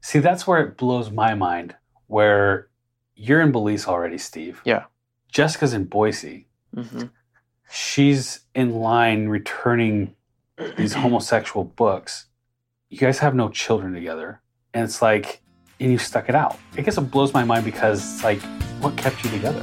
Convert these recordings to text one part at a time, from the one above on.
See, that's where it blows my mind. Where you're in Belize already, Steve. Yeah. Jessica's in Boise. Mm-hmm. hmm She's in line returning these homosexual books. You guys have no children together. And it's like, and you stuck it out. I guess it blows my mind because it's like, what kept you together?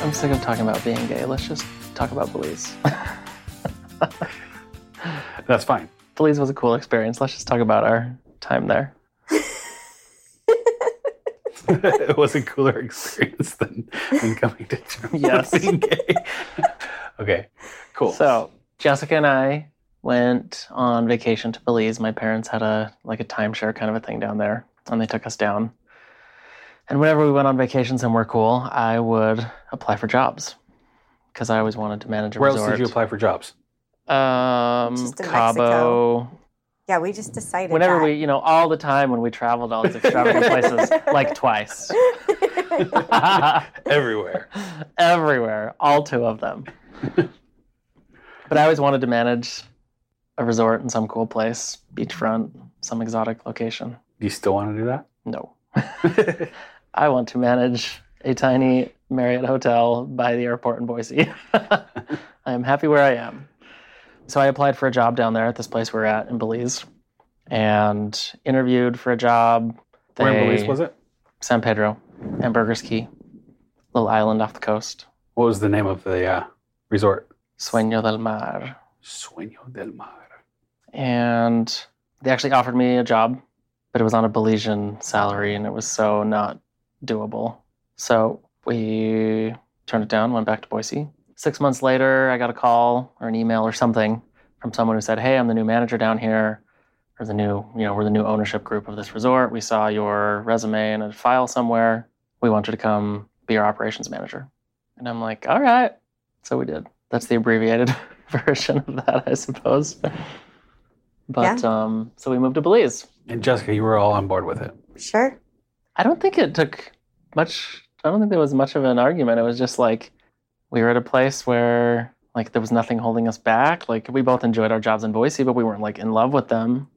I'm sick of talking about being gay. Let's just talk about Belize. That's fine. Belize was a cool experience. Let's just talk about our time there. it was a cooler experience than, than coming to terms with Yes. being gay. okay, cool. So Jessica and I went on vacation to Belize. My parents had a like a timeshare kind of a thing down there, and they took us down. And whenever we went on vacation somewhere cool, I would apply for jobs because I always wanted to manage a where else resort. did you apply for jobs? Um, Just in Cabo. Yeah, we just decided. Whenever that. we, you know, all the time when we traveled all these extravagant places, like twice, Everywhere. everywhere, all two of them. but I always wanted to manage a resort in some cool place, beachfront, some exotic location. Do you still want to do that? No, I want to manage a tiny Marriott hotel by the airport in Boise. I am happy where I am. So I applied for a job down there at this place we're at in Belize and interviewed for a job. Where in They- Belize was it? San Pedro and Burgers Key, little island off the coast. What was the name of the uh, resort? Sueño del Mar. Sueño del Mar. and they actually offered me a job, but it was on a Belizean salary and it was so not doable. So we turned it down, went back to Boise. Six months later, I got a call or an email or something from someone who said, Hey, I'm the new manager down here, or the new, you know, we're the new ownership group of this resort. We saw your resume in a file somewhere. We want you to come be our operations manager. And I'm like, All right. So we did. That's the abbreviated version of that, I suppose. But um, so we moved to Belize. And Jessica, you were all on board with it. sure. I don't think it took much. I don't think there was much of an argument. It was just like we were at a place where like there was nothing holding us back. Like we both enjoyed our jobs in Boise, but we weren't like in love with them.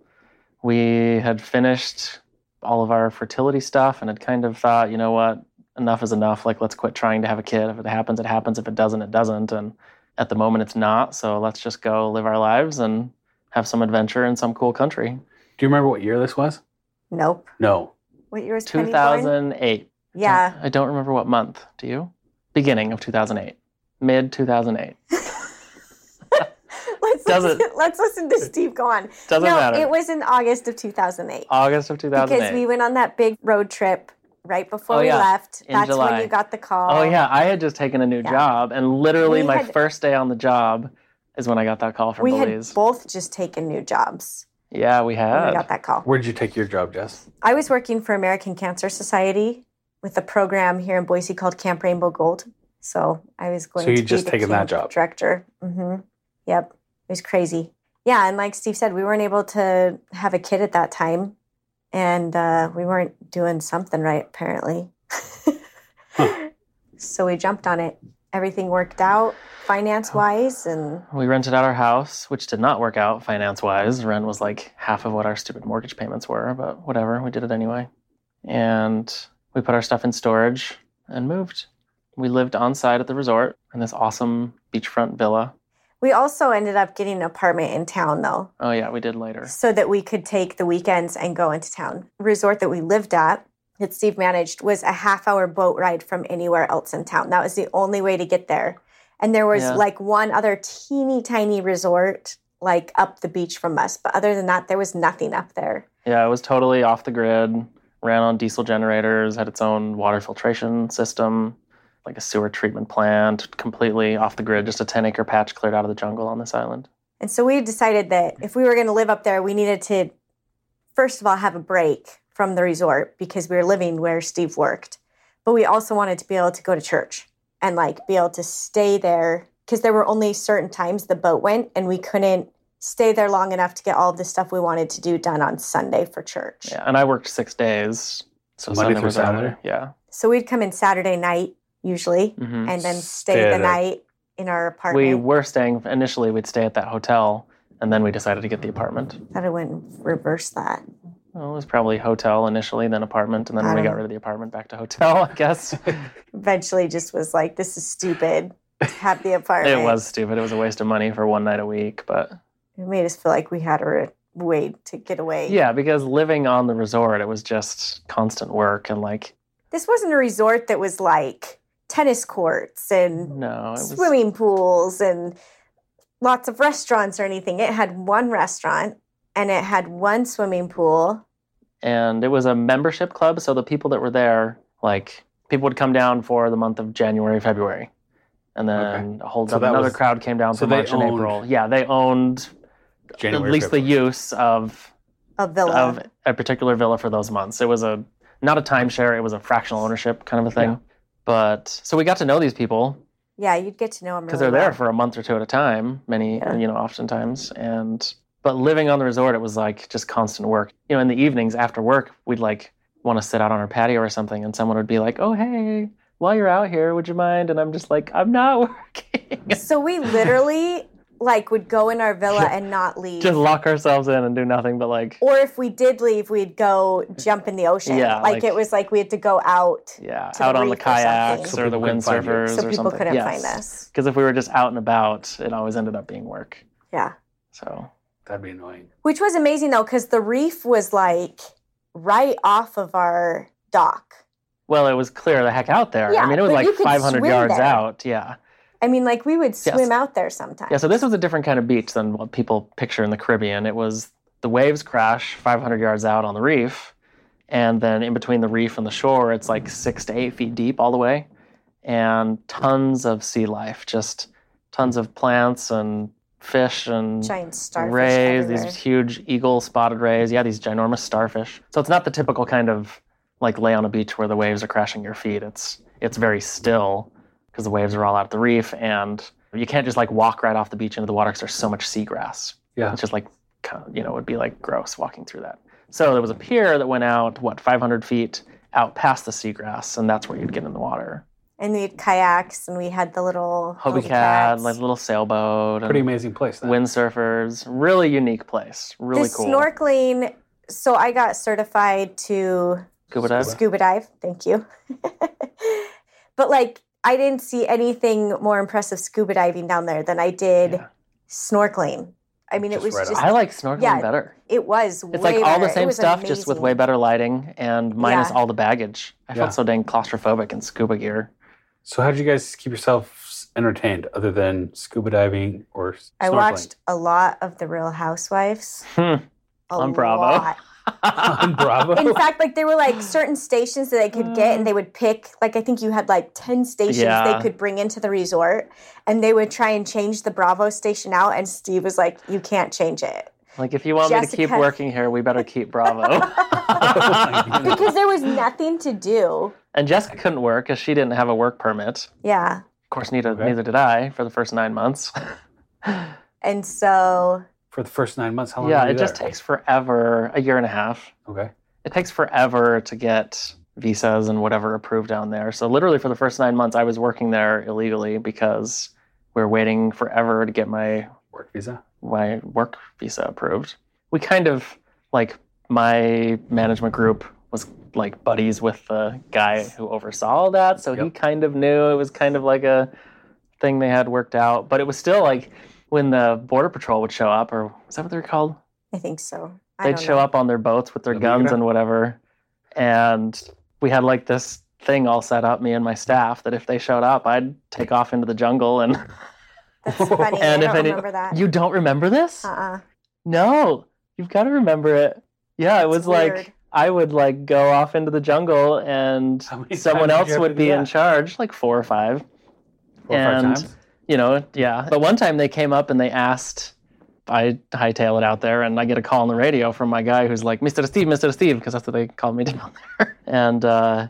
We had finished all of our fertility stuff and had kind of thought, you know what, enough is enough. Like let's quit trying to have a kid. If it happens, it happens. If it doesn't, it doesn't. And at the moment, it's not. So let's just go live our lives and have some adventure in some cool country. Do you remember what year this was? Nope. No. What year was Two Penny born? thousand eight. Yeah. I don't remember what month. Do you? Beginning of 2008. Mid 2008. Let's Does listen, let's listen to Steve go on. Doesn't no, matter. it was in August of 2008 August of because 2008. we went on that big road trip right before Oh, we yeah. left. In That's July. when you got the call. oh, yeah. I had just taken a new Yeah. job, and literally We my had- first day on the job is when I got that call from We Belize. had both just taken new jobs yeah, we when we had. got that call. Where did you take your job, Jess? I was working for American Cancer Society with a program here in Boise called Camp Rainbow Gold. So I was going So you'd to be just the taken that camp job. director. hmm Yep, it was crazy. Yeah, and like Steve said, we weren't able to have a kid at that time, and uh, we weren't doing something right apparently. So we jumped on it. Everything worked out finance wise, and We rented out our house, which did not work out finance wise. Rent was like half of what our stupid mortgage payments were, but whatever. We did it anyway. And we put our stuff in storage and moved. We lived on site at the resort in this awesome beachfront villa. we also ended up getting an apartment in town though. Oh, yeah, we did later. so that we could take the weekends and go into town. Resort that we lived at that Steve managed was a half hour boat ride from anywhere else in town. That was the only way to get there. And there was Yeah. like one other teeny tiny resort like up the beach from us, but other than that there was nothing up there. Yeah, it was totally off the grid, ran on diesel generators, had its own water filtration system, like a sewer treatment plant, completely off the grid, just a 10 acre patch cleared out of the jungle on this island. And so we decided that if we were going to live up there, we needed to first of all, have a break from the resort because we were living where Steve worked. But we also wanted to be able to go to church and like be able to stay there because there were only certain times the boat went and we couldn't stay there long enough to get all of the stuff we wanted to do done on Sunday for church. Yeah, and I worked six days. So Monday Sunday through was out Saturday? there. Yeah. So we'd come in Saturday night usually hmm and then stay Stay the there. night in our apartment. We were staying initially. We'd stay at that hotel, and then we decided to get the apartment. Thought I wouldn't reverse that. Well, it was probably hotel initially, then apartment, and then when we got Um. rid of the apartment, back to hotel. I guess Eventually, just was like, this is stupid to have the apartment. it was stupid. It was a waste of money for one night a week, but It made us feel like we had a re- way to get away. yeah, because living on the resort, it was just constant work and like This wasn't a resort that was like tennis courts and no, it was swimming pools and lots of restaurants or anything. It had one restaurant and it had one swimming pool. and it was a membership club. So the people that were there, like people would come down for the month of January, February, and then a whole So that another was- crowd came down so for they March and owned- April. Yeah, they owned January, at least February. the use of A villa. of a particular villa for those months. It was a not a timeshare; it was a fractional ownership kind of a thing. But so we got to know these people yeah, you'd get to know them because really they're there well. for a month or two at a time many Yeah. you know oftentimes and but living on the resort it was like just constant work you know in the evenings after work we'd like want to sit out on our patio or something and someone would be like oh hey while you're out here would you mind and i'm just like i'm not working So we literally like would go in our villa and not leave. just lock ourselves in and do nothing but like or if we did leave, we'd go jump in the ocean. Yeah, like, like- it was like we had to go out yeah to the out on the reef or something. kayaks So or the people couldn't find you. windsurfers so or people something couldn't find us. because if we were just out and about it always ended up being work Yeah. so That'd be annoying. Which was amazing though, because the reef was like right off of our dock. well it was clear the heck out there Yeah, i mean it was but like you could 500 swim yards there. out yeah I mean, like we would swim out there sometimes. Yeah, so this was a different kind of beach than what people picture in the Caribbean. It was the waves crash 500 yards out on the reef, and then in between the reef and the shore, it's like six to eight feet deep all the way, and tons of sea life, just tons of plants and fish and giant starfish. rays, everywhere. these huge eagle spotted rays. Yeah, these ginormous starfish. So it's not the typical kind of like lay on a beach where the waves are crashing your feet. It's it's very still because the waves are all out at the reef and you can't just like walk right off the beach into the water because there's so much seagrass. Yeah. It's just like kind of, you know, it would be like gross walking through that. So there was a pier that went out, what, 500 feet out past the seagrass, and that's where you'd get in the water. and we had kayaks, and we had the little Hobie cats. Cad, like little sailboat, Pretty and amazing place. That. windsurfers. Really unique place. Really the cool. snorkeling. So I got certified to Scuba dive. scuba dive. Thank you. but like, I didn't see anything more impressive scuba diving down there than I did Yeah. snorkeling. I mean, Just it was right just on. I like snorkeling Yeah, better. it was. It's way like all the better. It same was stuff, just with amazing. way better lighting and minus Yeah. all the baggage. I Yeah. felt so dang claustrophobic in scuba gear. So how did you guys keep yourselves entertained other than scuba diving or s- I snorkeling? watched a lot of The Real Housewives. Hmm. A On Bravo. lot. on Bravo. In fact, like there were like certain stations that they could get, and they would pick. Like I think you had like ten stations Mm. Yeah. they could bring into the resort, and they would try and change the Bravo station out. And Steve was like, "You can't change it like if you want me to keep Jessica. working here, we better keep Bravo. because there was nothing to do." and Jessica couldn't work because she didn't have a work permit. Yeah, Of course, neither Okay. neither did I for the first nine months. and so For the first nine months, how long yeah, were you it just there? takes forever, a year and a half. Okay. It takes forever to get visas and whatever approved down there. So literally for the first nine months, I was working there illegally because we were waiting forever to get my Work visa. my work visa approved. We kind of like my management group was like buddies with the guy who oversaw all that, so he Yep. kind of knew it was kind of like a thing they had worked out. But it was still like when the border patrol would show up, or is that what they're called? I think so. I They'd don't show know. up on their boats with their The guns migra? and whatever, and we had like this thing all set up, me and my staff, that if they showed up, I'd take off into the jungle. And That's funny. I And if don't any- remember that. you don't remember this? uh-uh. No, you've got to remember it. Yeah, it That's was weird. like I would like go off into the jungle and How many someone times did you else have would to do be in that? charge, like four or five. Four or five and times. you know, yeah. But one time they came up and they asked I hightail it out there, and I get a call on the radio from my guy who's like, "Mr. Steve, Mr. Steve," because that's what they called me down there. And uh,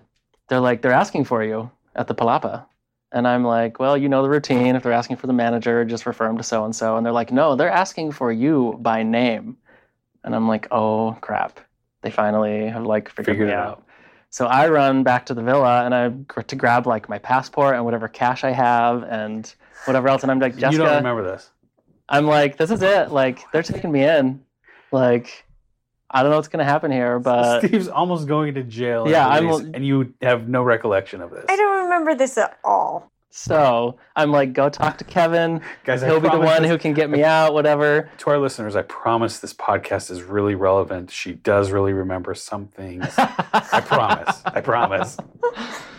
they're like, "They're asking for you at the Palapa," and I'm like, "Well, you know the routine. If they're asking for the manager, just refer them to so and so." And they're like, "No, they're asking for you by name," and I'm like, "Oh crap!" They finally have like figured, Figured me it out. out. So I run back to the villa and I gr- to grab like my passport and whatever cash I have and whatever else. And I'm like, Jessica, You don't remember this. I'm like, this is it. Like they're taking me in. Like I don't know what's gonna happen here, but Steve's almost going to jail. uh, Yeah, at I'm- least, and you have no recollection of this. I don't remember this at all. so I'm like, go talk to Kevin. Guys, I He'll be the promise one this- who can get me out. Whatever. To our listeners, I promise this podcast is really relevant. She does really remember some things. I I promise. I promise.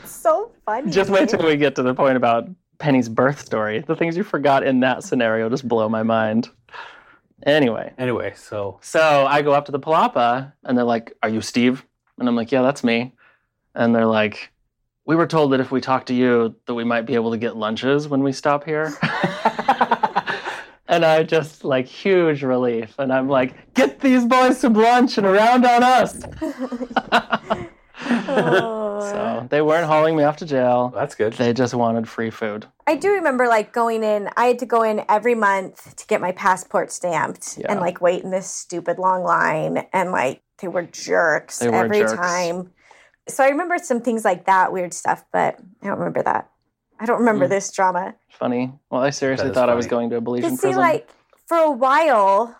So funny. Just wait till we get to the point about Penny's birth story. The things you forgot in that scenario just blow my mind. Anyway. Anyway, so So I go up to the Palapa and they're like, Are you Steve? And I'm like, Yeah, that's me. And they're like, We were told that if we talk to you, that we might be able to get lunches when we stop here. and I just like huge relief. And I'm like, Get these boys some lunch and around on us. Oh. so they weren't hauling me off to jail. that's good. They just wanted free food. I do remember like going in. I had to go in every month to get my passport stamped Yeah. and like wait in this stupid long line. And like they were jerks They were every jerks. time. So I remember some things like that, weird stuff, but I don't remember that. I don't remember Mm. this drama. Funny. Well, I seriously That is thought I was funny. going to a Belizean Because see, prison. like for a while,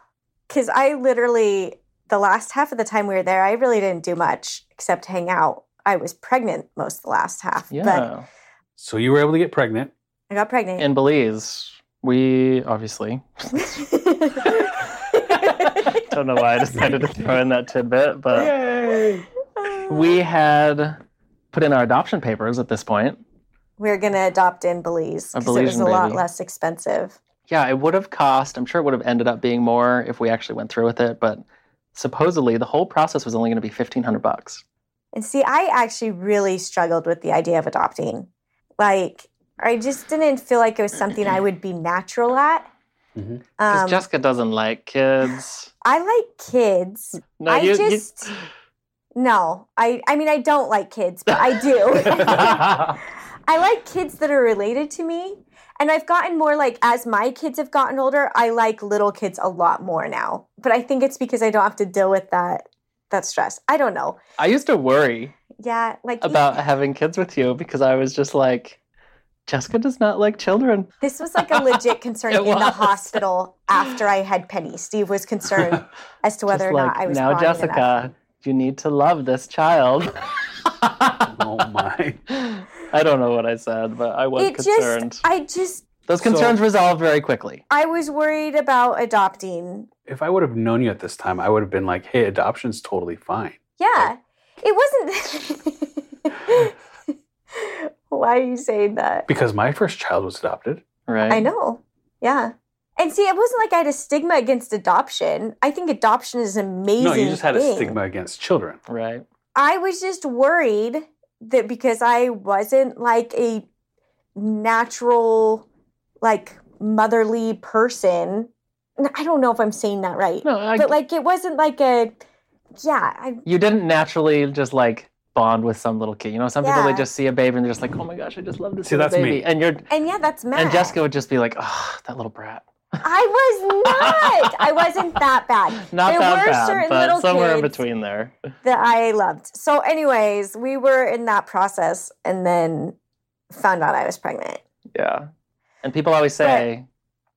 because I literally the last half of the time we were there, I really didn't do much except hang out. I was pregnant most of the last half, but yeah. So you were able to get pregnant. I got pregnant. In Belize, we obviously don't know why I decided to throw in that tidbit, but Yay! we had put in our adoption papers at this point. we're gonna adopt in Belize A because it was Belizean a lot baby. less expensive. Yeah, it would have cost, I'm sure it would have ended up being more if we actually went through with it, but supposedly the whole process was only going to be 1500 bucks. And see, I actually really struggled with the idea of adopting. Like, I just didn't feel like it was something I would be natural at. Mhm. Because Um, Jessica doesn't like kids. I like kids. No, I you, you- just no. I I mean, I don't like kids, but I do. I like kids that are related to me. And I've gotten more like, as my kids have gotten older, I like little kids a lot more now. But I think it's because I don't have to deal with that that stress. I don't know. I used to worry Yeah, like e- about having kids with you because I was just like, Jessica does not like children. this was like a legit concern It in the was. hospital after I had Penny. Steve was concerned as to whether Just or like, not I was now, bonded enough." Jessica, you need to love this child. oh my! I don't know what I said, but I was It concerned. just, I just, Those concerns resolved very quickly. I was worried about adopting. If I would have known you at this time, I would have been like, "Hey, adoption's totally fine." Yeah, it wasn't. Why are you saying that? Because my first child was adopted. Right. I know. Yeah. And see, it wasn't like I had a stigma against adoption. I think adoption is an amazing. No, you just had a thing. stigma against children. Right. I was just worried that because I wasn't like a natural, like motherly person. N- I don't know if I'm saying that right, No, I, but like it wasn't like a. Yeah, I, you didn't naturally just like bond with some little kid. You know, some people Yeah. they just see a baby and they're just like, oh my gosh, I just love to See, see, the that's me. baby. And you're and yeah, that's mad. and Jessica would just be like, oh, that little brat. I was not. I wasn't that bad. Not There that were bad, certain but little somewhere in kids between there. that I loved. So, anyways, we were in that process and then found out I was pregnant. Yeah. And people always say,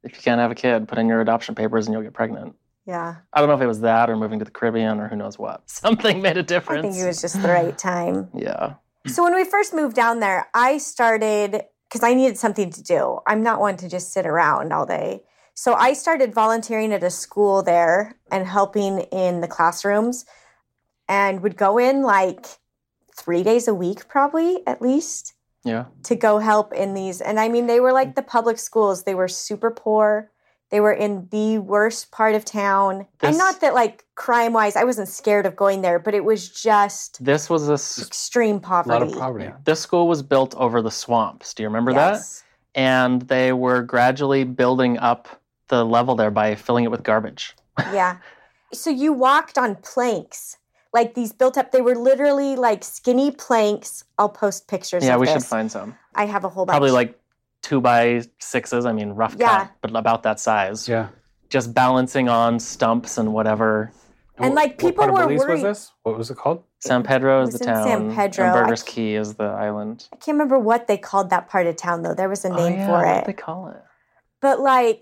if you can't have a kid, put in your adoption papers and you'll get pregnant. Yeah. I don't know if it was that or moving to the Caribbean or who knows what. Something made a I difference. think it was just the right time. Yeah. So, when we first moved down there, I started because I needed something to do. I'm not one to just sit around all day. So, I started volunteering at a school there and helping in the classrooms and would go in like three days a week, probably at least. Yeah. to go help in these. And I mean, they were like the public schools. They were super poor. They were in the worst part of town. This- and not that like crime wise, I wasn't scared of going there, but it was just This was a s- extreme A poverty. lot of poverty. this school was built over the swamps. Do you remember that? And they were gradually building up the level there by filling it with garbage. yeah. So you walked on planks, like these built up. They were literally like skinny planks. I'll post pictures. yeah, of we should this. find some. I have a whole bunch. Probably like two by sixes. I mean, rough Yeah. cut, but about that size. Yeah. Just balancing on stumps and whatever. And, like, people what part were of Belize worried- was this? What was it called? San Pedro is was the in town. San Pedro. I And Burgers c- Key is the island. I can't remember what they called that part of town though. There was a Oh, name yeah, for what it. do They call it. but like,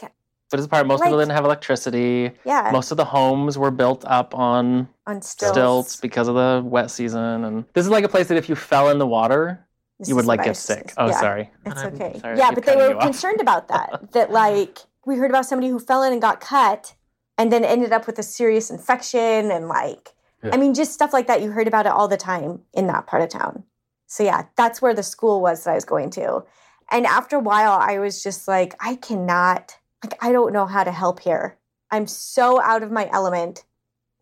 But it's the part most people Like- didn't have electricity. yeah, Most of the homes were built up on on stilts. stilts. because of the wet season, and this is like a place that if you fell in the water, This you would is like what I get was- sick. Oh, yeah, sorry. It's I'm okay. sorry I yeah, keep but they cutting were you off. concerned about that. that like we heard about somebody who fell in and got cut, and then ended up with a serious infection, and like, Yeah. I mean, just stuff like that. You heard about it all the time in that part of town. So yeah, that's where the school was that I was going to, and after a while, I was just like, I cannot, like, I don't know how to help here. I'm so out of my element.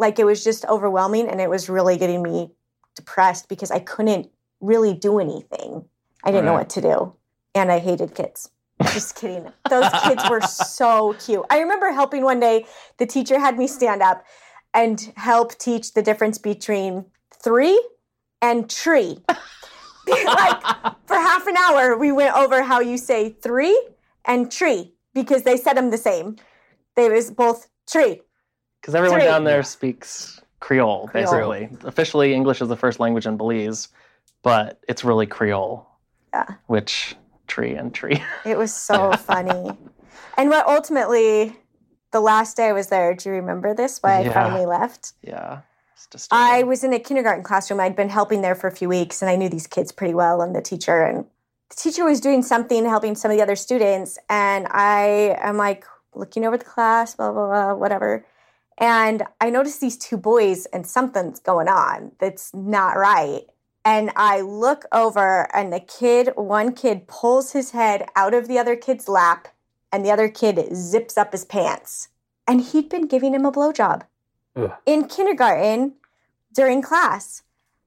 Like it was just overwhelming, and it was really getting me depressed because I couldn't really do anything. I didn't know Right. what to do and I hated kids. Just kidding. Those kids were so cute. I remember helping one day, the teacher had me stand up and help teach the difference between three and tree. like for half an hour, we went over how you say three and tree because they said them the same. They was both tree. Because everyone Three. down there Yeah. speaks Creole, Creole. basically. Officially, English is the first language in Belize, but it's really Creole. Yeah. Which tree and tree. It was so funny. And what ultimately, the last day I was there, do you remember this? Why I Yeah. finally left? yeah. It's just. I was in a kindergarten classroom. I'd been helping there for a few weeks and I knew these kids pretty well and the teacher. And the teacher was doing something, helping some of the other students. And I am like looking over the class, blah, blah, blah, whatever. And I noticed these two boys and something's going on that's not right. And I look over and the kid, one kid pulls his head out of the other kid's lap and the other kid zips up his pants. And he'd been giving him a blowjob Ugh. in kindergarten during class.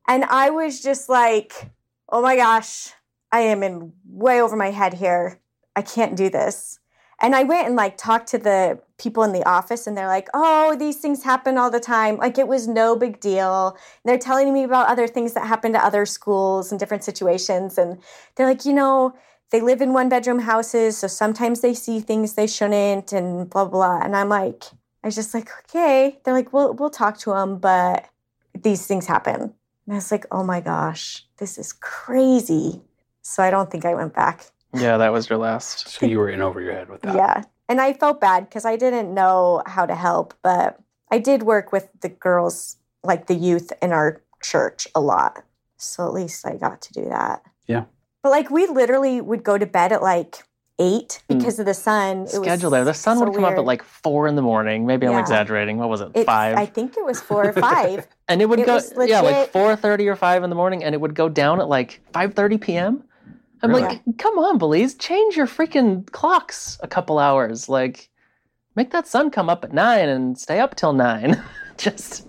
And I was just like, oh my gosh, I am in way over my head here. I can't do this. And I went and like talked to the people in the office, and they're like, oh, these things happen all the time. Like it was no big deal. And they're telling me about other things that happen to other schools and different situations. And they're like, you know, they live in one bedroom houses, so sometimes they see things they shouldn't, and blah, blah. And I'm like, I was just like, okay. They're like, we'll, we'll talk to them, but these things happen. And I was like, oh my gosh, this is crazy. So I don't think I went back. Yeah, that was your last. So you were in over your head with that. Yeah. And I felt bad because I didn't know how to help, but I did work with the girls, like the youth in our church a lot. So at least I got to do that. Yeah. But like we literally would go to bed at like eight Mm. because of the sun. It was Schedule there. The sun so would come up at weird. like four in the morning. Maybe I'm Yeah. exaggerating. What was it? It- Five. I think it was four or five. and it would It go was yeah like legit- 4.30 or 5 in the morning and it would go down at like 5.30 p.m i'm Really? like come on belize change your freaking clocks a couple hours like make that sun come up at 9 and stay up till 9 just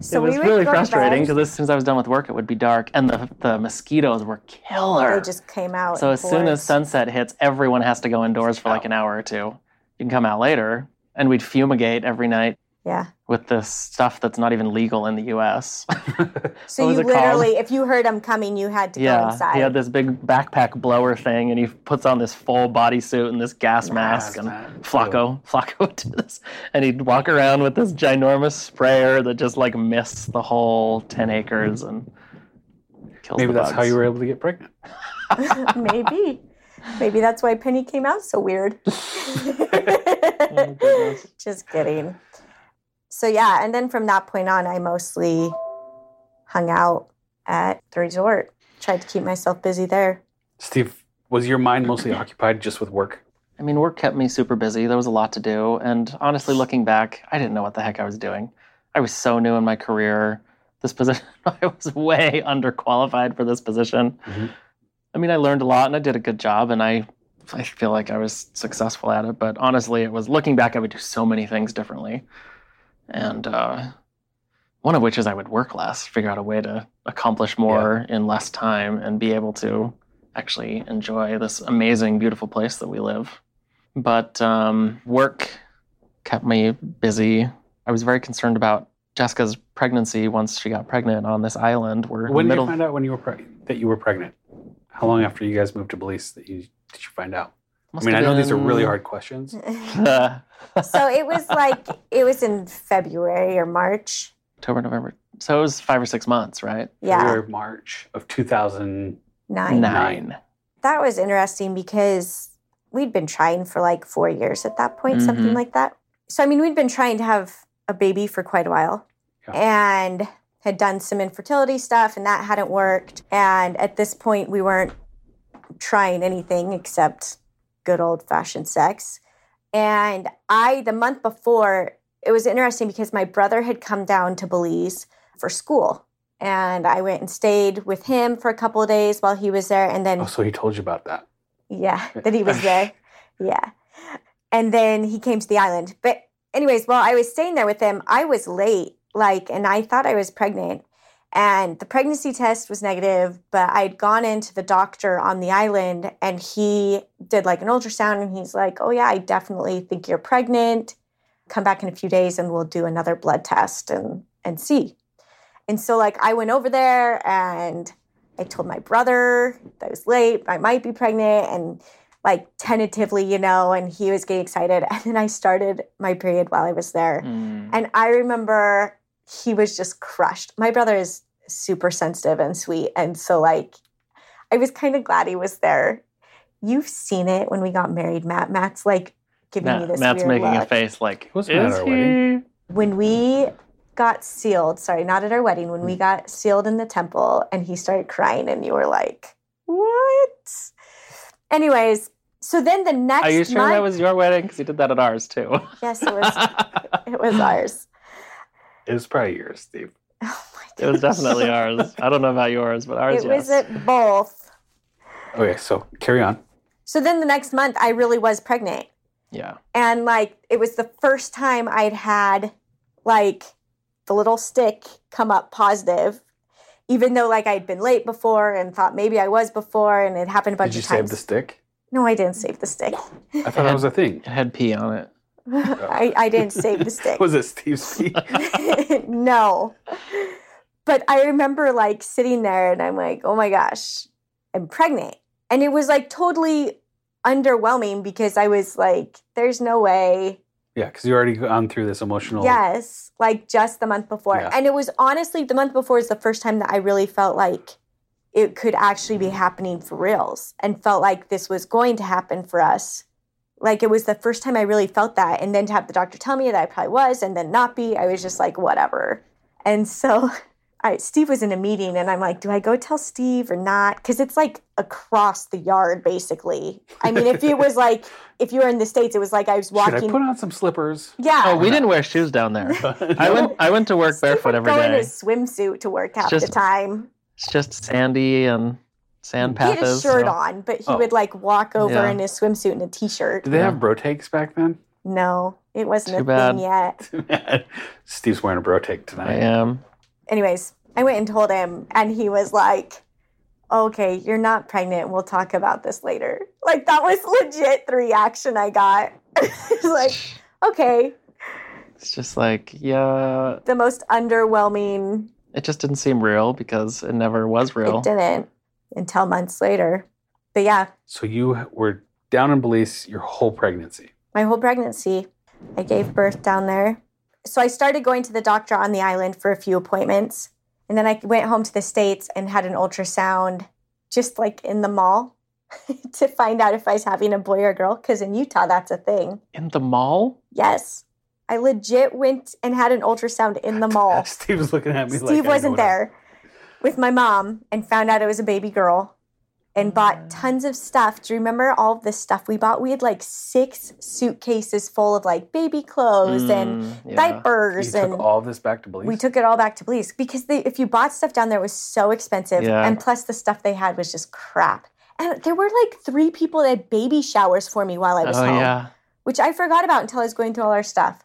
so it was we would really go to bed. frustrating because as soon as i was done with work it would be dark and the, the mosquitoes were killer They just came out. so in as soon as hordes. sunset hits everyone has to go indoors for like an hour or two you can come out later and we'd fumigate every night Yeah. with this stuff that's not even legal in the us So What you was it called? literally, if you heard them coming, you had to go inside. he had this big backpack blower thing, and he puts on this full bodysuit and this gas mask and Flacco, Flacco did this, and he'd walk around with this ginormous sprayer that just like mists the whole ten acres and kills Maybe the that's how bugs. you were able to get pregnant. Maybe. Maybe that's why Penny came out so weird. Oh, goodness. Just kidding. So, yeah, and then from that point on, I mostly hung out at the resort, tried to keep myself busy there. Steve, was your mind mostly occupied just with work? I mean, work kept me super busy. There was a lot to do. And honestly, looking back, I didn't know what the heck I was doing. I was so new in my career. This position, I was way underqualified for this position. Mhm. I mean, I learned a lot and I did a good job and I, I feel like I was successful at it. But honestly, it was looking back, I would do so many things differently. And uh, one of which is I would work less, figure out a way to accomplish more in less time and be able to actually enjoy this amazing, beautiful place that we live. but um, work kept me busy. I was very concerned about Jessica's pregnancy once she got pregnant on this island. We're in the When did middle. you find out when you were preg- that you were pregnant? How long after you guys moved to Belize that you did you find out? I must mean, I have know these are really been- hard questions. so it was like it was in February or March. October, November. So it was five or six months, right? Yeah, February, March of 2000. nine. Nine. That was interesting because we'd been trying for like four years at that point, something Mhm. like that. So I mean, we'd been trying to have a baby for quite a while, and had done some infertility stuff, and that hadn't worked. And at this point, we weren't trying anything except good old fashioned sex. And I, the month before, it was interesting because my brother had come down to Belize for school. And I went and stayed with him for a couple of days while he was there. And then, Oh, so he told you about that. yeah, that he was there. yeah. And then he came to the island. But, anyways, while I was staying there with him, I was late, like, and I thought I was pregnant. And the pregnancy test was negative, but I had gone into the doctor on the island and he did like an ultrasound and he's like, oh, yeah, I definitely think you're pregnant. Come back in a few days and we'll do another blood test and, and see. And so, like, I went over there and I told my brother that I was late, I might be pregnant, and like tentatively, you know, and he was getting excited. And then I started my period while I was there. Mm. And I remember he was just crushed. My brother is super sensitive and sweet. And so, like, I was kind of glad he was there. You've seen it when we got married, Matt. Matt's like giving me Matt- this Matt's weird making a look. face like, It wasn't at is our he? wedding. When we got sealed, sorry, not at our wedding, when Mm-hmm. we got sealed in the temple and he started crying, and you were like, what? Anyways, so then the next Are you sure month- that was your wedding? Because you did that at ours too. yes, it was it was ours. It was probably yours, Steve. Oh my god. it was definitely ours. I don't know about yours, but ours. it yes. was at both. Okay, so carry on. So then the next month, I really was pregnant. Yeah. And like, it was the first time I'd had like the little stick come up positive, even though like I'd been late before and thought maybe I was before and it happened a bunch Did you of save times. the stick? no, I didn't save the stick. I thought that was a thing. It had pee on it. I, I didn't save the stick. Was it Steve's pee? no. But I remember like sitting there and I'm like, oh my gosh, I'm pregnant. And it was like totally underwhelming because I was like, there's no way. yeah, because you already gone through this emotional. Yes, like just the month before. Yeah. And it was honestly the month before is the first time that I really felt like it could actually Mm-hmm. be happening for reals and felt like this was going to happen for us. Like it was the first time I really felt that. And then to have the doctor tell me that I probably was and then not be, I was just like, whatever. And so I, Steve was in a meeting and I'm like, do I go tell Steve or not? Because it's like across the yard basically. I mean, if it was like, if you were in the States, it was like I was Should I walking. put on some slippers? yeah. Oh, we didn't wear shoes down there. I I went. I went to work barefoot every go in day. his swimsuit to work half Just the time. It's just sandy and sand He had patches. a shirt so- on, but he Oh. would like walk over Yeah. in his swimsuit and a t-shirt. Did they have bro takes back then? No, it wasn't Too a bad. thing yet. Steve's wearing a bro take I tonight. am. Anyways, I went and told him, and he was like, "Okay, you're not pregnant. We'll talk about this later." Like that was legit the reaction I got. It's like, okay, It's just like, yeah, the most underwhelming. it just didn't seem real because it never was real. It didn't until months later. But yeah, So you were down in Belize your whole pregnancy. my whole pregnancy. I gave birth down there. So I started going to the doctor on the island for a few appointments. And then I went home to the States and had an ultrasound just like in the mall to find out if I was having a boy or a girl. Cause in Utah, that's a thing. In the mall? Yes. I legit went and had an ultrasound in the mall. Steve was looking at me like Steve I wasn't know what I- there with my mom and found out it was a baby girl and Mm. bought tons of stuff. Do you remember all of this stuff we bought? We had like six suitcases full of like baby clothes and Mm, yeah. You diapers and took all this back to Belize. we took it all back to Belize because they, if you bought stuff down there, it was so expensive. Yeah. And plus, the stuff they had was just crap. And there were like three people that had baby showers for me while I was Oh home, yeah. which I forgot about until I was going through all our stuff.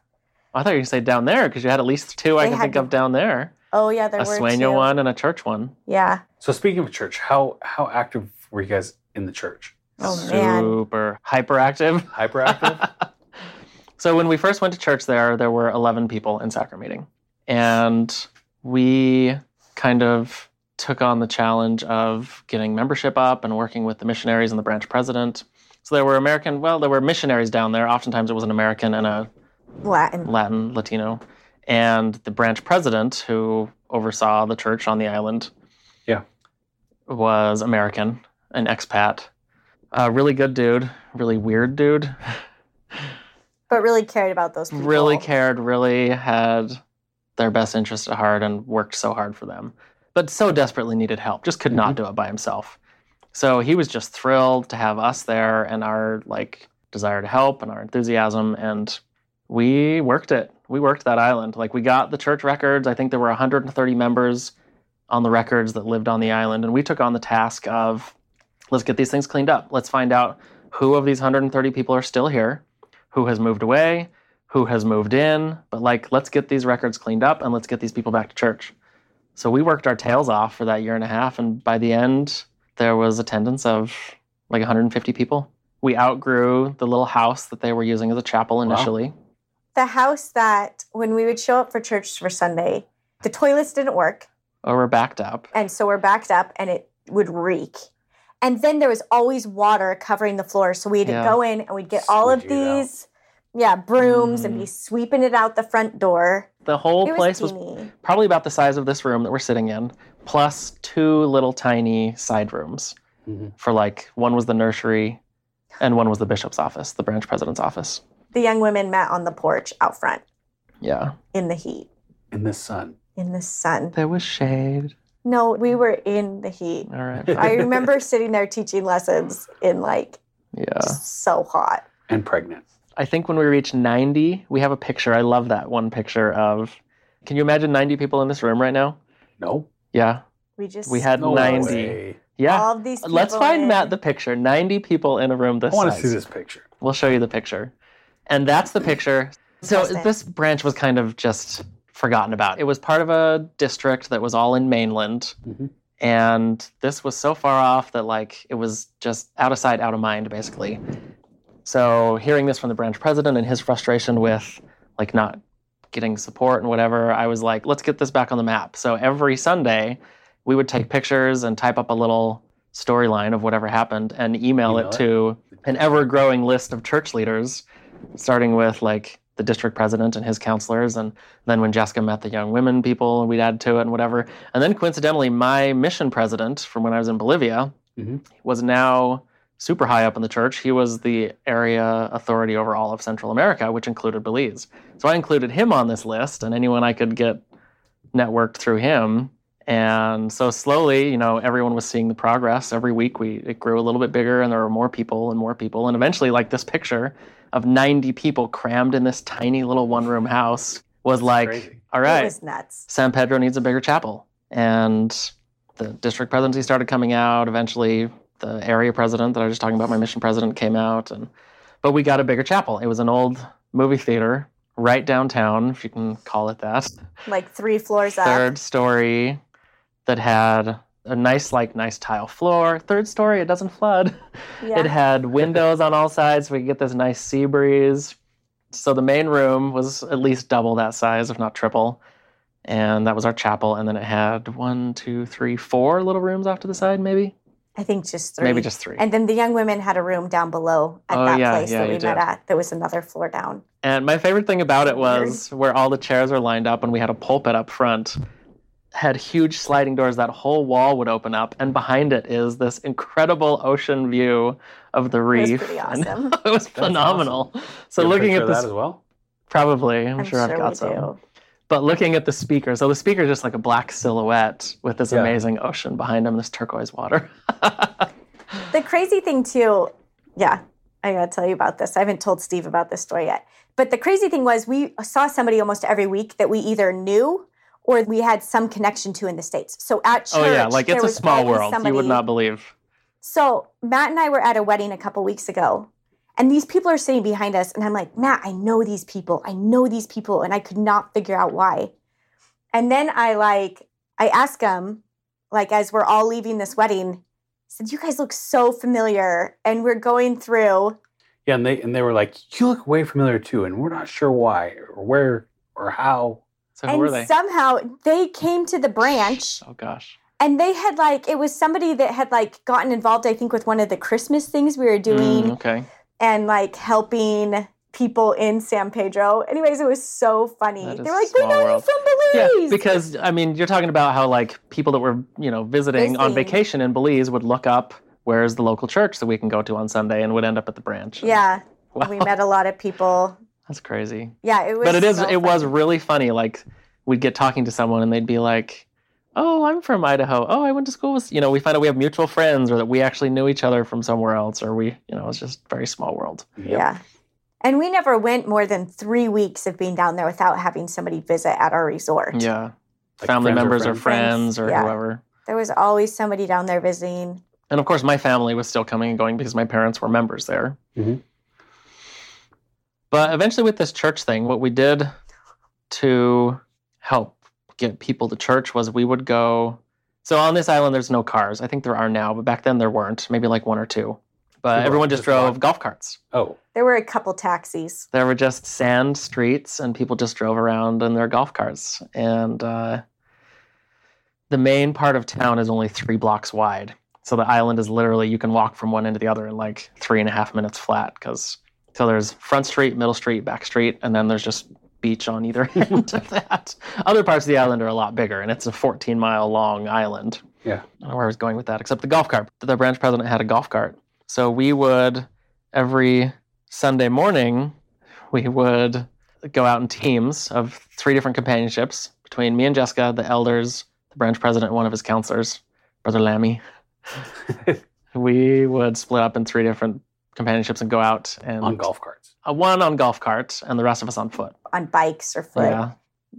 I thought you were gonna say down there because you had at least two I They can had think of down there. Oh yeah, there A were Sueño two. one and a church one. Yeah. so speaking of church, how how active were you guys in the church? Oh, man. super hyperactive. Hyperactive. so when we first went to church there, there were 11 people in soccer meeting. And we kind of took on the challenge of getting membership up and working with the missionaries and the branch president. So there were American, well, there were missionaries down there. Oftentimes it was an American and a Latin. Latin, Latino, and the branch president who oversaw the church on the island. Yeah. Was American, an expat. A really good dude, really weird dude. But really cared about those people. Really cared, really had their best interest at heart and worked so hard for them. But so desperately needed help, just could Mm-hmm. not do it by himself. So he was just thrilled to have us there and our like desire to help and our enthusiasm and we worked it. We worked that island. Like we got the church records. I think there were 130 members on the records that lived on the island and we took on the task of let's get these things cleaned up. Let's find out who of these 130 people are still here, who has moved away, who has moved in, but like let's get these records cleaned up and let's get these people back to church. So we worked our tails off for that year and a half and by the end there was attendance of like 150 people. We outgrew the little house that they were using as a chapel Wow. initially. The house that when we would show up for church for Sunday, the toilets didn't work. Oh, we're backed up. And so we're backed up and it would reek. And then there was always water covering the floor. So we had Yeah. to go in and we'd get all of Sweep it out. these, yeah, brooms and Mm. be sweeping it out the front door. The whole it place was was, teeny. probably about the size of this room that we're sitting in, plus two little tiny side rooms Mm-hmm. Mhm. for like one was the nursery and one was the bishop's office, the branch president's office. The young women met on the porch out front Yeah. in the heat, in the sun. in the sun. There was shade. No, we were in the heat. All right. I remember sitting there teaching lessons in like Yeah. just so hot. and pregnant. I think when we reach 90, we have a picture. I love that one picture of can you imagine 90 people in this room right now? No, Yeah. We just We had no 90. way. Yeah. all of these. Let's people find in. Matt the picture. 90 people in a room this I want to size. see this picture. We'll show you the picture. And that's the picture. So Fantastic. this branch was kind of just forgotten about. It was part of a district that was all in mainland. Mhm. And this was so far off that like it was just out of sight, out of mind, basically. So hearing this from the branch president and his frustration with like not getting support and whatever, I was like, let's get this back on the map. So every Sunday, we would take pictures and type up a little storyline of whatever happened and email, Email it it? to an ever growing list of church leaders, starting with like the district president and his counselors. And then when Jessica met the young women people, we'd add to it and whatever. And then coincidentally, my mission president from when I was in Bolivia Mhm. was now super high up in the church. He was the area authority over all of Central America, which included Belize. So I included him on this list and anyone I could get networked through him. And so slowly, you know, everyone was seeing the progress. Every week we it grew a little bit bigger and there were more people and more people. And eventually like this picture of 90 people crammed in this tiny little one room house was That's like, crazy. all It right, was nuts. San Pedro needs a bigger chapel. And the district presidency started coming out. Eventually, the area president that I was just talking about, my mission president, came out. And but we got a bigger chapel. It was an old movie theater right downtown, if you can call it that. Like three floors up. Third story that had a nice, like nice tile floor. Third story, it doesn't flood. Yeah. It had windows on all sides. We could get this nice sea breeze. So the main room was at least double that size, if not triple. And that was our chapel. And then it had one, two, three, four little rooms off to the side, maybe? I think just three. Maybe just three. And, And then the young women had a room down below at Oh, that yeah, place yeah, that you we met did. at. There was another floor down. my favorite thing about it was where all the chairs were lined up and we had a pulpit up front. Had huge sliding doors. That whole wall would open up, and behind it is this incredible ocean view of the It was reef. pretty And awesome. it was awesome. phenomenal. So You have a looking picture at of this, that as well. probably I'm, I'm sure, I've got we some. do. But looking at the speaker, so the speaker is just like a black silhouette with this Yeah. amazing ocean behind him, this turquoise water. The crazy thing too, yeah, I gotta tell you about this. I haven't told Steve about this story yet. But the crazy thing was we saw somebody almost every week that we either knew or we had some connection to in the States. So at church, oh yeah, like there it's a was small always world. You would somebody- not believe. So Matt and I were at a wedding a couple weeks ago, and these people are sitting behind us, and I'm like, Matt, I know these people, I know these people, and I could not figure out why. And then I like, I ask him, like, as we're all leaving this wedding, said, You guys look so familiar. And we're going through. Yeah, and they and they were like, "You look way familiar too," and we're not sure why or where or how. So who were and they? somehow they came to the branch Oh gosh. and they had like, it was somebody that had like gotten involved, I think, with one of the Christmas things we were doing Mm, okay. and like helping people in San Pedro. Anyways, it was so funny. That They is were like, We small know world." you Yeah, from Belize. because I mean, you're talking about how like people that were you know visiting on Visiting. vacation in Belize would look up where's the local church that we can go to on Sunday and would end up at the branch. yeah. Wow. We met a lot of people. That's crazy. Yeah, it was. but it is so it was fun. really funny. Like we'd get talking to someone and they'd be like, "Oh, I'm from Idaho. Oh, I went to school with you know." We find out we have mutual friends or that we actually knew each other from somewhere else or we you know it's just very small world. Yeah. And we never went more than three weeks of being down there without having somebody visit at our resort. Yeah, Like family friends or members or friends. friends, Friends, or yeah. whoever. There was always somebody down there visiting. And of course, my family was still coming and going because my parents were members there. Mhm. But eventually, with this church thing, what we did to help get people to church was we would go. So on this island, there's no cars. I think there are now, but back then there weren't. Maybe like one or two. But People everyone just just walk. drove golf carts. Oh, There were a couple taxis. There were just sand streets, and people just drove around in their golf carts. And uh, the main part of town is only three blocks wide. So the island is literally, you can walk from one end to the other in like three and a half minutes flat. Because so there's front street, middle street, back street, and then there's just beach on either end of that. Other parts of the island are a lot bigger, and it's a 14 mile long island. Yeah. I don't know where I was going with that, except the golf cart. The branch president had a golf cart. So we would, every Sunday morning, we would go out in teams of three different companionships between me and Jessica, the elders, the branch president, and one of his counselors, Brother Lammy. we would split up in three different companionships and go out and on golf carts. uh, one on golf cart and the rest of us on foot. On bikes or foot. Yeah.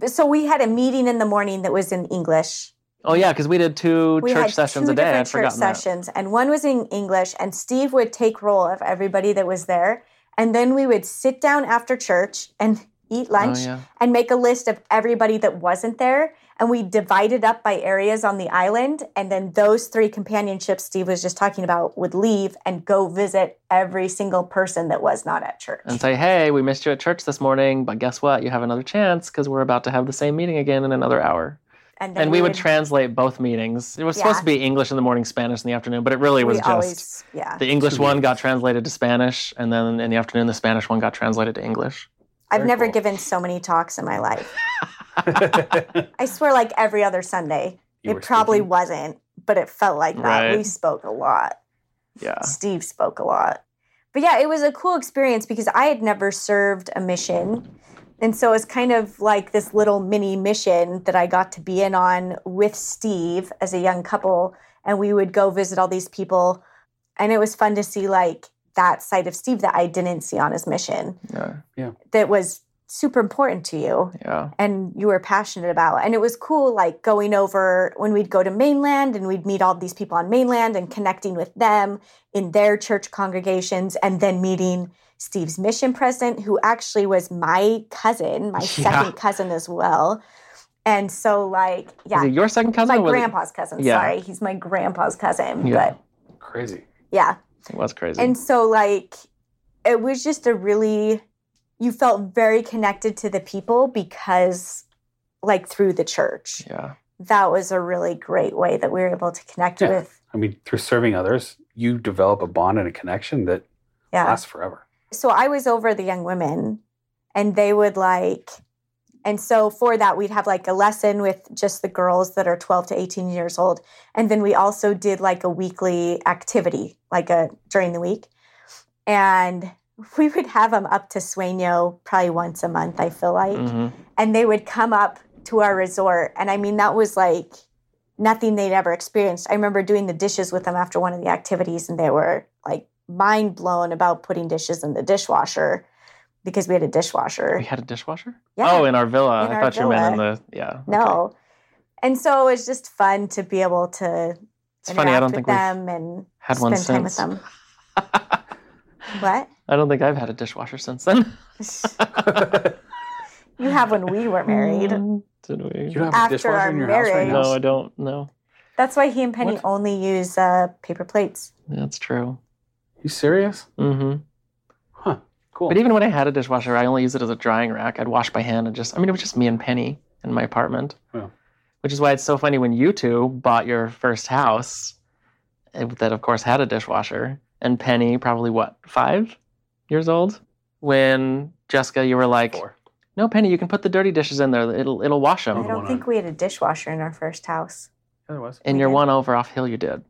So we had a meeting in the morning that was in English. Oh yeah, because we did two We church had sessions two a day. I'd different church forgotten that. sessions, and one was in English. And Steve would take roll of everybody that was there, and then we would sit down after church and eat lunch Oh, yeah. and make a list of everybody that wasn't there. And we divided up by areas on the island. And then those three companionships Steve was just talking about would leave and go visit every single person that was not at church. And say, hey, we missed you at church this morning, but guess what? You have another chance because we're about to have the same meeting again in another hour. then and we, would translate both meetings. It was supposed Yeah. to be English in the morning, Spanish in the afternoon, but it really was we just always, yeah. the English Two one got meetings. translated to Spanish, and then in the afternoon, the Spanish one got translated to English. I've Very never cool. given so many talks in my life. You I swear, like every other Sunday. were It probably speaking? wasn't, but it felt like that. Right. We spoke a lot. Ah. Yeah. Steve spoke a lot. But yeah, it was a cool experience because I had never served a mission. And so it's kind of like this little mini mission that I got to be in on with Steve as a young couple. And we would go visit all these people. And it was fun to see like that side of Steve that I didn't see on his mission Yeah. that was super important to you Yeah. and you were passionate about. And it was cool, like going over when we'd go to mainland and we'd meet all these people on mainland and connecting with them in their church congregations, and then meeting Steve's mission president, who actually was my cousin, my Yeah. second cousin as well. And so, like, Is yeah, it your second cousin? my or was it- grandpa's cousin. Yeah. Sorry, he's my grandpa's cousin. Yeah. But crazy. yeah, It was crazy. and so, like, it was just a really, you felt very connected to the people because, like, through the church. yeah. That was a really great way that we were able to connect Yeah. with. I mean, through serving others, you develop a bond and a connection that Yeah. lasts forever. So I was over the young women, and they would like, and so for that, we'd have like a lesson with just the girls that are 12 to 18 years old. And then we also did like a weekly activity, like a during the week. And we would have them up to Sueño probably once a month, I feel like. hmm and they would come up to our resort and i mean that was like nothing they'd ever experienced i remember doing the dishes with them after one of the activities and they were like mind blown about putting dishes in the dishwasher because we had a dishwasher We had a dishwasher? Yeah. Oh, in our villa. In I our thought you meant in the. Yeah. okay. no and so it was just fun to be able to It's funny. I interact don't with think we've them and had one spend time with since. them what I don't think I've had a dishwasher since then. you have when we were married Did we? You don't have a After Mm. dishwasher our in your house marriage- right now? no, I don't. No. That's why he and Penny What? only use uh, paper plates. That's true. You serious? hmm Huh. Cool. But even when I had a dishwasher, I only used it as a drying rack. I'd wash by hand and just, I mean, it was just me and Penny in my apartment. Yeah. Which is why it's so funny when you two bought your first house eh, that, of course, had a dishwasher, and Penny, probably what, five years old? When Jessica, you were like, Four. no, Penny, you can put the dirty dishes in there. It'll, it'll wash I them. Number don't one think on- we had a dishwasher in our first house. Yeah, there was. In we your did. one over off hill, you did.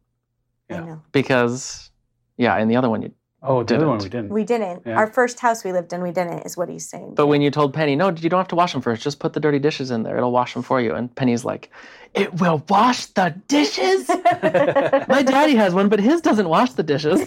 Yeah. I know. Because, yeah, in the other one, you Oh, the other one we Didn't. didn't. We didn't. Yeah. Our first house we lived in, we didn't, is what he's saying. But when you told Penny, no, you don't have to wash them first. Just put the dirty dishes in there. It'll wash them for you. And Penny's like, it will wash the dishes? My daddy has one, but his doesn't wash the dishes.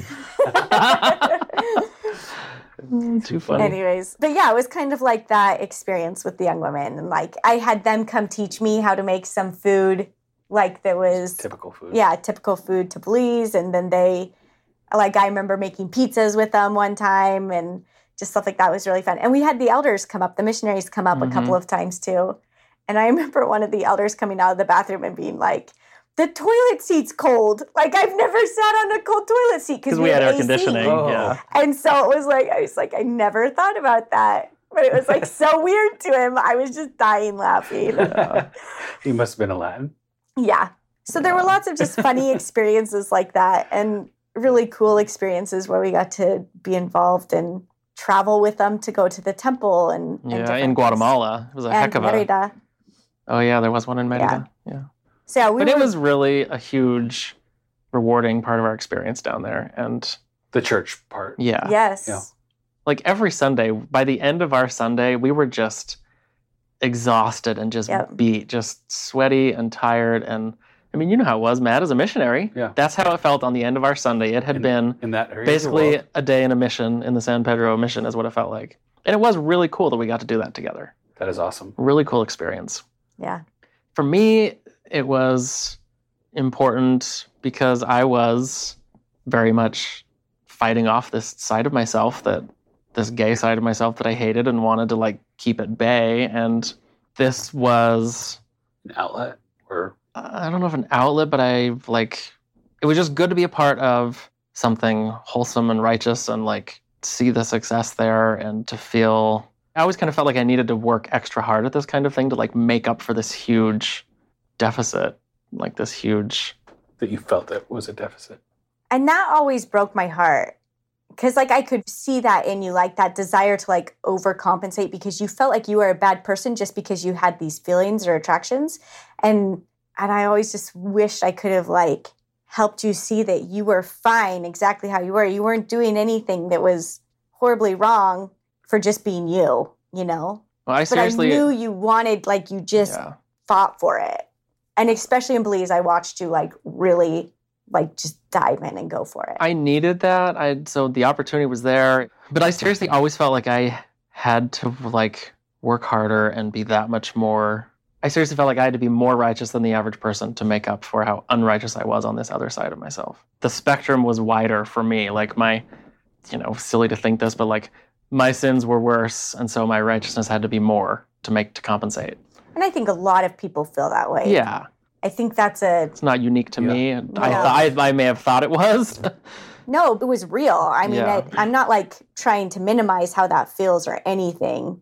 Too funny. Anyways, but yeah, it was kind of like that experience with the young women. And like, I had them come teach me how to make some food, like that was, Typical food. yeah, typical food to Belize. And then they, like, I remember making pizzas with them one time and just stuff like that was really fun. And we had the elders come up, the missionaries come up Mhm. a couple of times too. And I remember one of the elders coming out of the bathroom and being like, the toilet seat's cold. Like I've never sat on a cold toilet seat Because we had air AC. conditioning. Oh. Yeah. And so it was like, I was like, I never thought about that. But it was like so weird to him. I was just dying laughing. he must have been Aladdin. Yeah. So there were Yeah. lots of just funny experiences like that and really cool experiences where we got to be involved and travel with them to go to the temple and, and Yeah, different in things. Guatemala. It was a and heck of a. Merida. Oh, yeah, there was one in Merida. Yeah. So yeah, we but were, it was really a huge, rewarding part of our experience down there. And The church part. yeah. yes. Yeah. like every Sunday, by the end of our Sunday, we were just exhausted and just Yep. beat, just sweaty and tired. And I mean, you know how it was. Matt is a missionary. Yeah. That's how it felt on the end of our Sunday. It had And been In that area. of the basically world. a day in a mission in the San Pedro mission, is what it felt like. And it was really cool that we got to do that together. That is awesome. Really cool experience Yeah. for me, it was important because I was very much fighting off this side of myself that this gay side of myself that I hated and wanted to like keep at bay. And this was, An outlet or I don't know if an outlet, but I like, it was just good to be a part of something wholesome and righteous and like see the success there and to feel. I always kind of felt like I needed to work extra hard at this kind of thing to like make up for this huge deficit, like this huge. that you felt that was a deficit. and that always broke my heart because like i could see that in you like that desire to like overcompensate because you felt like you were a bad person just because you had these feelings or attractions and and i always just wished i could have like helped you see that you were fine exactly how you were you weren't doing anything that was horribly wrong for just being you you know Well, I but i seriously. knew you wanted like you just yeah. fought for it. And especially in Belize, I watched you like really like just dive in and go for it. I needed that. I so the opportunity was there, but I seriously always felt like I had to like work harder and be that much more. I seriously felt like I had to be more righteous than the average person to make up for how unrighteous I was on this other side of myself. The spectrum was wider for me. Like my, you know, silly to think this, but like my sins were worse, and so my righteousness had to be more to make to compensate. and I think a lot of people feel that way. Yeah, I think that's a it's not unique to Yeah. me. and I, No. thought I I may have thought it was. no, it was real. I mean, Yeah. it, I'm not like trying to minimize how that feels or anything,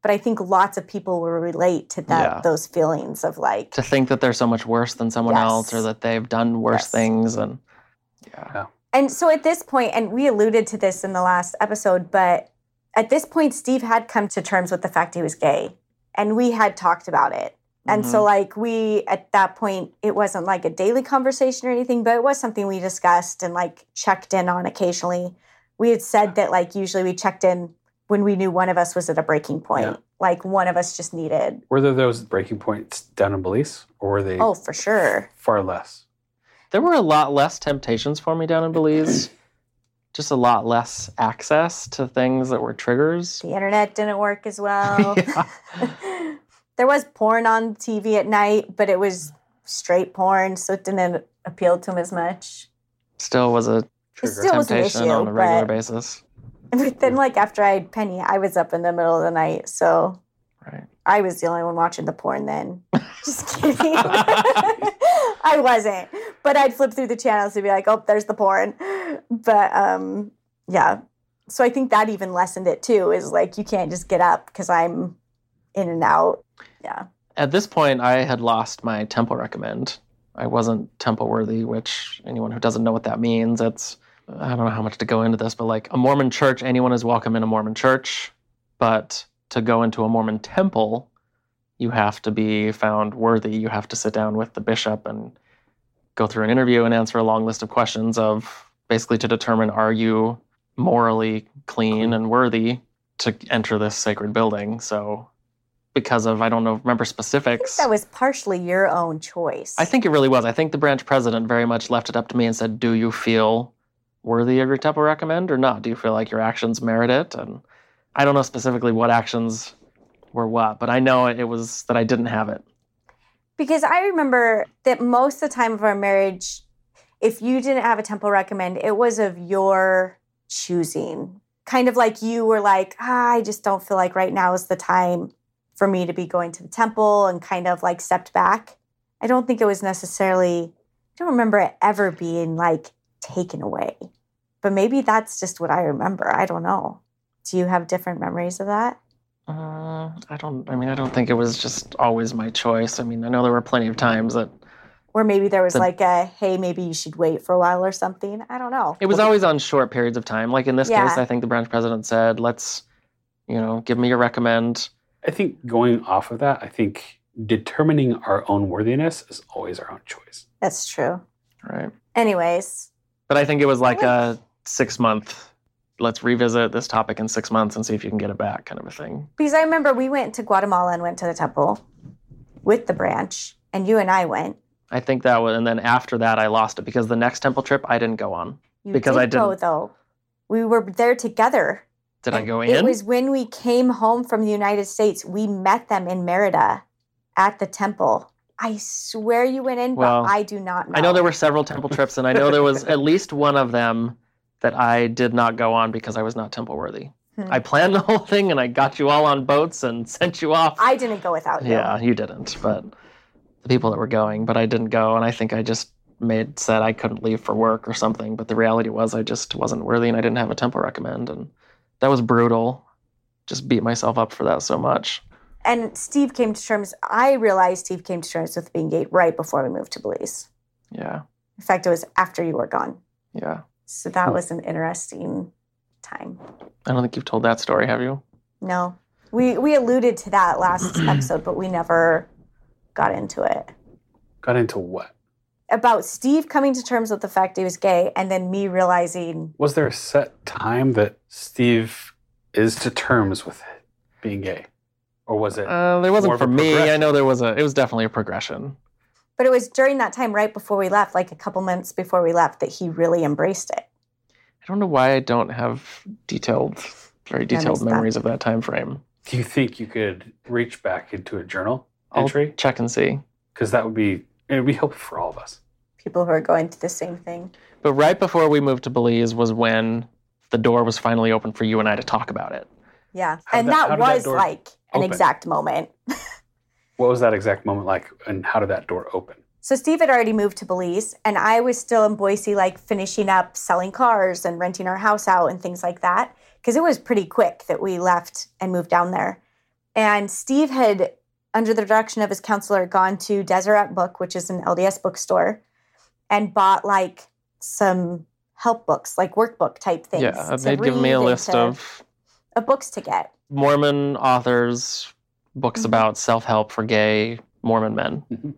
but I think lots of people will relate to that Yeah. those feelings of like to think that they're so much worse than someone Yes. else or that they've done worse Yes. things and yeah And so at this point, and we alluded to this in the last episode, but at this point, Steve had come to terms with the fact he was gay and we had talked about it. Mm-hmm. And Mm-hmm. so, like, we at that point, it wasn't like a daily conversation or anything, but it was something we discussed and like checked in on occasionally. We had said that, like, usually we checked in when we knew one of us was at a breaking point, Yeah. like, one of us just needed, Were there those breaking points down in Belize or were they oh, for sure. far less? there were a lot less temptations for me down in belize just a lot less access to things that were triggers The internet didn't work as well. Yeah. there was porn on TV at night, but it was straight porn, so it didn't appeal to him as much. still was a Trigger. still- That was an temptation issue, on a regular but- basis But then, like after I had Penny, I was up in the middle of the night, so right I was the only one watching the porn then. Just kidding. I I wasn't, but I'd flip through the channels and be like, "Oh, there's the porn." But um, yeah, so I think that even lessened it too. Is like you can't just get up because I'm in and out. Yeah, At this point, I had lost my temple recommend. I wasn't temple worthy, which anyone who doesn't know what that means, it's I don't know how much to go into this, but like a Mormon church, anyone is welcome in a Mormon church, but to go into a Mormon temple, you have to be found worthy. You have to sit down with the bishop and go through an interview and answer a long list of questions of basically to determine are you morally clean and worthy to enter this sacred building. So because of I don't know remember I think specifics. that was partially your own choice. I think it really was. I think the branch president very much left it up to me and said, "Do you feel worthy of your temple recommend or not? Do you feel like your actions merit it?" And I don't know specifically what actions were what, but I know it was that I didn't have it. Because I remember that most of the time of our marriage, if you didn't have a temple recommend, it was of your choosing. Kind of like you were like, ah, I just don't feel like right now is the time for me to be going to the temple and kind of like stepped back. I don't think it was necessarily, I don't remember it ever being like taken away. But maybe that's just what I remember. I don't know. Do you have different memories of that? Uh, I don't. I mean, I don't think it was just always my choice. I mean, I know there were plenty of times that Or maybe there was The- like a, hey, maybe you should wait for a while or something. I don't know. It was always on short periods of time. Like in this Yeah. case, I think the branch president said, "Let's, you know, give me your recommend." I think going off of that, I think determining our own worthiness is always our own choice. That's true. Right. Anyways, But I think it was like a six month. Let's revisit this topic in six months and see if you can get it back, kind of a thing. because I remember we went to Guatemala and went to the temple with the branch, and you and I went. I think that was, and then after that, I lost it because the next temple trip I didn't go on. You Because did I go didn't. though. We were there together. Did I go in? It was when we came home from the United States. We met them in Merida at the temple. I swear you went in, Well, but I do not know. I know there were several temple trips, and I know there was at least one of them that I did not go on because I was not temple worthy. Hmm. I planned the whole thing, and I got you all on boats and sent you off. I didn't go without you. Yeah, you didn't, but the people that were going, but I didn't go, and I think I just made said I couldn't leave for work or something. But the reality was, I just wasn't worthy, and I didn't have a temple recommend, and that was brutal. Just beat myself up for that so much. And Steve came to terms. I realized Steve came to terms with being gay right before we moved to Belize. Yeah, In fact, it was after you were gone. yeah. So Hmm. that was an interesting time. I don't think you've told that story, have you? No. We we alluded to that last episode, but we never got into it. Got into what? About Steve coming to terms with the fact he was gay and then me realizing Was there a set time that Steve is to terms with being gay? Or was it? Uh, there More wasn't of a for me. I progression. know there was a. It was definitely a progression. but it was during that time right before we left, like a couple months before we left, that he really embraced it. I don't know why I don't have detailed, very Memories detailed of that. memories of that time frame. do you think you could reach back into a journal I'll entry? check and see. Because that would be, it would be helpful for all of us. People who are going through the same thing. But right before we moved to Belize was when the door was finally open for you and I to talk about it. Yeah. How did and that- that, how did that was door like an open? exact moment. What was that exact moment like? And how did that door open? So Steve had already moved to Belize, and I was still in Boise, like finishing up selling cars and renting our house out and things like that. Because it was pretty quick that we left and moved down there. And Steve had, under the direction of his counselor, gone to Deseret Book, which is an LDS bookstore, and bought like some help books, like workbook type things. yeah, to they'd give me read a and list to- of of books to get. Mormon authors, books Mhm. about self help for gay Mormon men.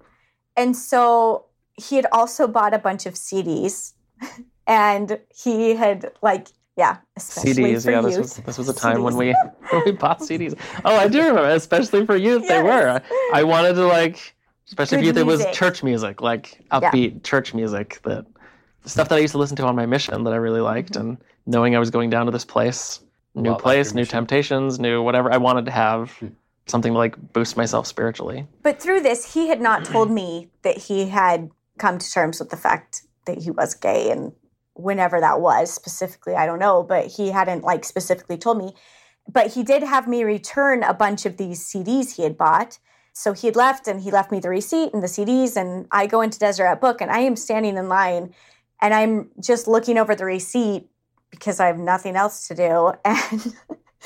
And so he had also bought a bunch of CDs and he had like, yeah, especially CDs, for yeah, this youth. was, this was a time when CDs. we when we bought CDs. Oh, I do remember, especially for youth, they were. I wanted to like, especially Good if youth, it was music. church music, like upbeat church music that stuff that I used to listen to on my mission that I really liked, Mhm. and knowing I was going down to this place, new Lot like place, your new mission. temptations, new whatever. I wanted to have Hmm. something to like boost myself spiritually. But through this, he had not told me that he had come to terms with the fact that he was gay and whenever that was specifically, I don't know, but he hadn't like specifically told me. But he did have me return a bunch of these CDs he had bought So he had left and he left me the receipt and the CDs. And I go into Deseret Book and I am standing in line and I'm just looking over the receipt because I have nothing else to do. And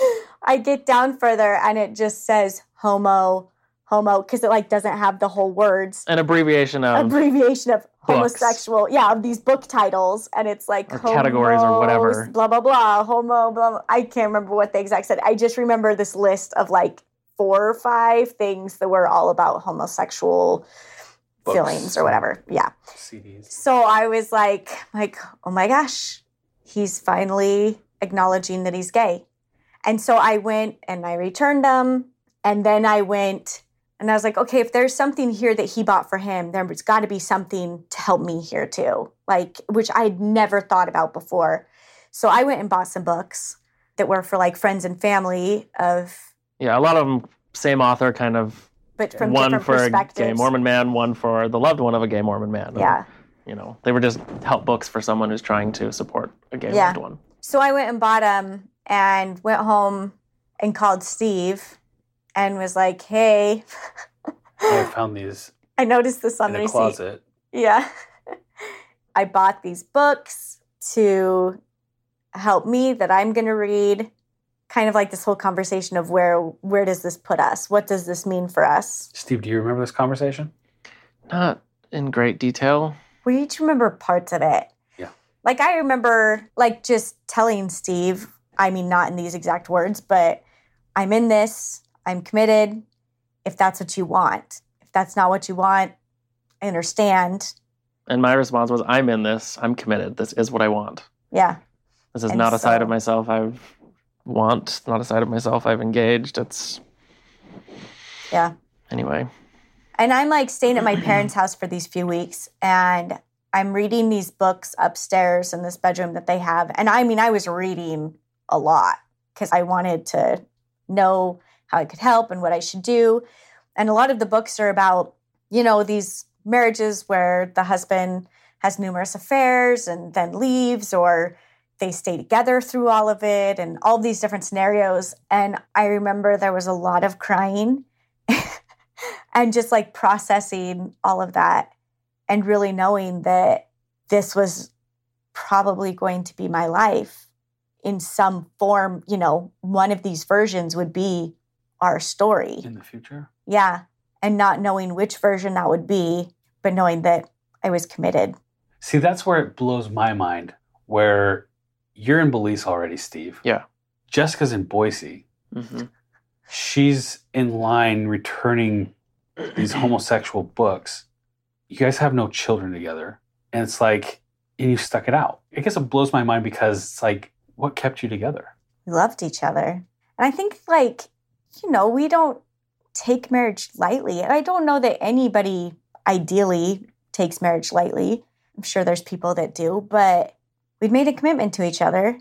I get down further and it just says homo, homo, because it like doesn't have the whole words. An abbreviation of abbreviation of homosexual, yeah, of these book titles, and it's like Or categories or whatever. homos, blah blah blah, homo, blah, blah. I can't remember what the exact said. I just remember this list of like four or five things that were all about homosexual Books. feelings or whatever. Yeah. CDs. So I was like, like, oh my gosh, he's finally acknowledging that he's gay. And so I went and I returned them. And then I went and I was like, okay, if there's something here that he bought for him, there's got to be something to help me here too, like, which I had never thought about before. So I went and bought some books that were for like friends and family of, yeah, a lot of them same author, kind of but from one different for a perspectives. gay Mormon man, one for the loved one of a gay Mormon man. or, Yeah. you know, they were just help books for someone who's trying to support a gay Yeah. loved one. So I went and bought them and went home and called Steve and was like, hey, I found these I noticed this on in the a receipt. closet. Yeah. I bought these books to help me that I'm going to read kind of like this whole conversation of where where does this put us? What does this mean for us? Steve, do you remember this conversation? Not in great detail. We each remember parts of it. Yeah. Like I remember like just telling Steve, I mean not in these exact words, but I'm in this, I'm committed. If that's what you want. If that's not what you want, I understand. And my response was, I'm in this. I'm committed. This is what I want. Yeah. This is And not a side of so- myself I want. It's Not a side of myself I've engaged. It's Yeah. Anyway, And I'm like staying at my parents' house for these few weeks and I'm reading these books upstairs in this bedroom that they have. And I mean, I was reading a lot because I wanted to know how I could help and what I should do. And a lot of the books are about, you know, these marriages where the husband has numerous affairs and then leaves or they stay together through all of it and all these different scenarios. And I remember there was a lot of crying and just like processing all of that and really knowing that this was probably going to be my life in some form you know one of these versions would be our story In the future? yeah and not knowing which version that would be but knowing that i was committed See, that's where it blows my mind. Where you're in Belize already, Steve. Yeah. Jessica's in Boise. She's in line returning these homosexual books. You guys have no children together. And it's like, and you stuck it out. I guess it blows my mind because it's like, what kept you together? we loved each other. And I think, like, you know, we don't take marriage lightly. And I don't know that anybody ideally takes marriage lightly. I'm sure there's people that do, but we'd made a commitment to each other.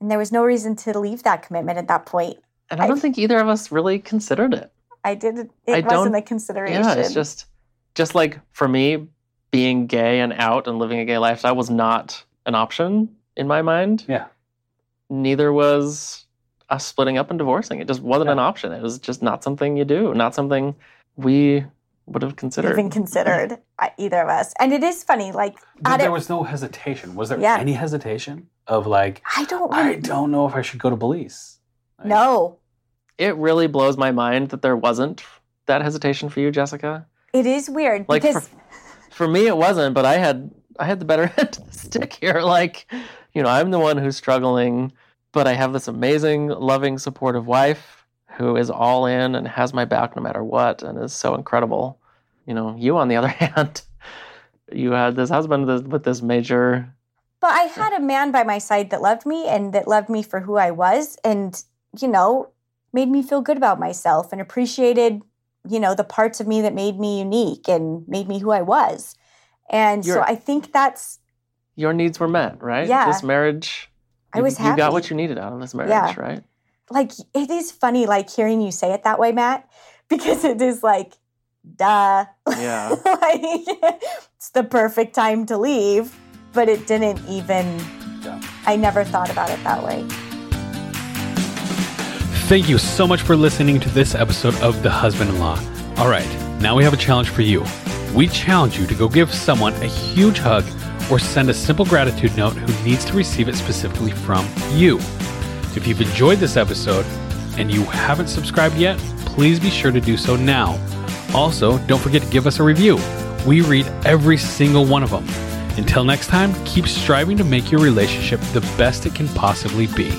And there was no reason to leave that commitment at that point. and I don't I- think either of us really considered it. I didn't, I it wasn't don't- a consideration. Yeah, it's just just like for me, being gay and out and living a gay lifestyle was not an option in my mind. Yeah. Neither was us splitting up and divorcing. It just wasn't Yeah. an option. It was just not something you do. Not something we would have considered. even considered I- either of us. And it is funny, like, But I there don't- was no hesitation. Was there Yeah. any hesitation of like, I don't I really don't know if I should go to Belize? Like, know. It really blows my mind that there wasn't that hesitation for you, Jessica. It is weird Like because for, for me it wasn't, but I had I had the better end of the stick here. Like, you know, I'm the one who's struggling, but I have this amazing, loving, supportive wife who is all in and has my back no matter what and is so incredible. You know, you on the other hand, you had this husband th- with this major But I had a man by my side that loved me and that loved me for who I was and, you know, made me feel good about myself and appreciated, you know, the parts of me that made me unique and made me who I was. And so You're- I think that's, your needs were met, right? Yeah. This marriage I you- was you, happy. got what you needed out of this marriage, Yeah. right? like, it is funny, like, hearing you say it that way, Matt, because it is like, duh. Yeah. like, it's the perfect time to leave. But it didn't even, Yeah. I never thought about it that way. Thank you so much for listening to this episode of The Husband in Law. All right, now we have a challenge for you. We challenge you to go give someone a huge hug or send a simple gratitude note who needs to receive it specifically from you. If you've enjoyed this episode and you haven't subscribed yet, please be sure to do so now. Also, don't forget to give us a review. We read every single one of them. Until next time, keep striving to make your relationship the best it can possibly be.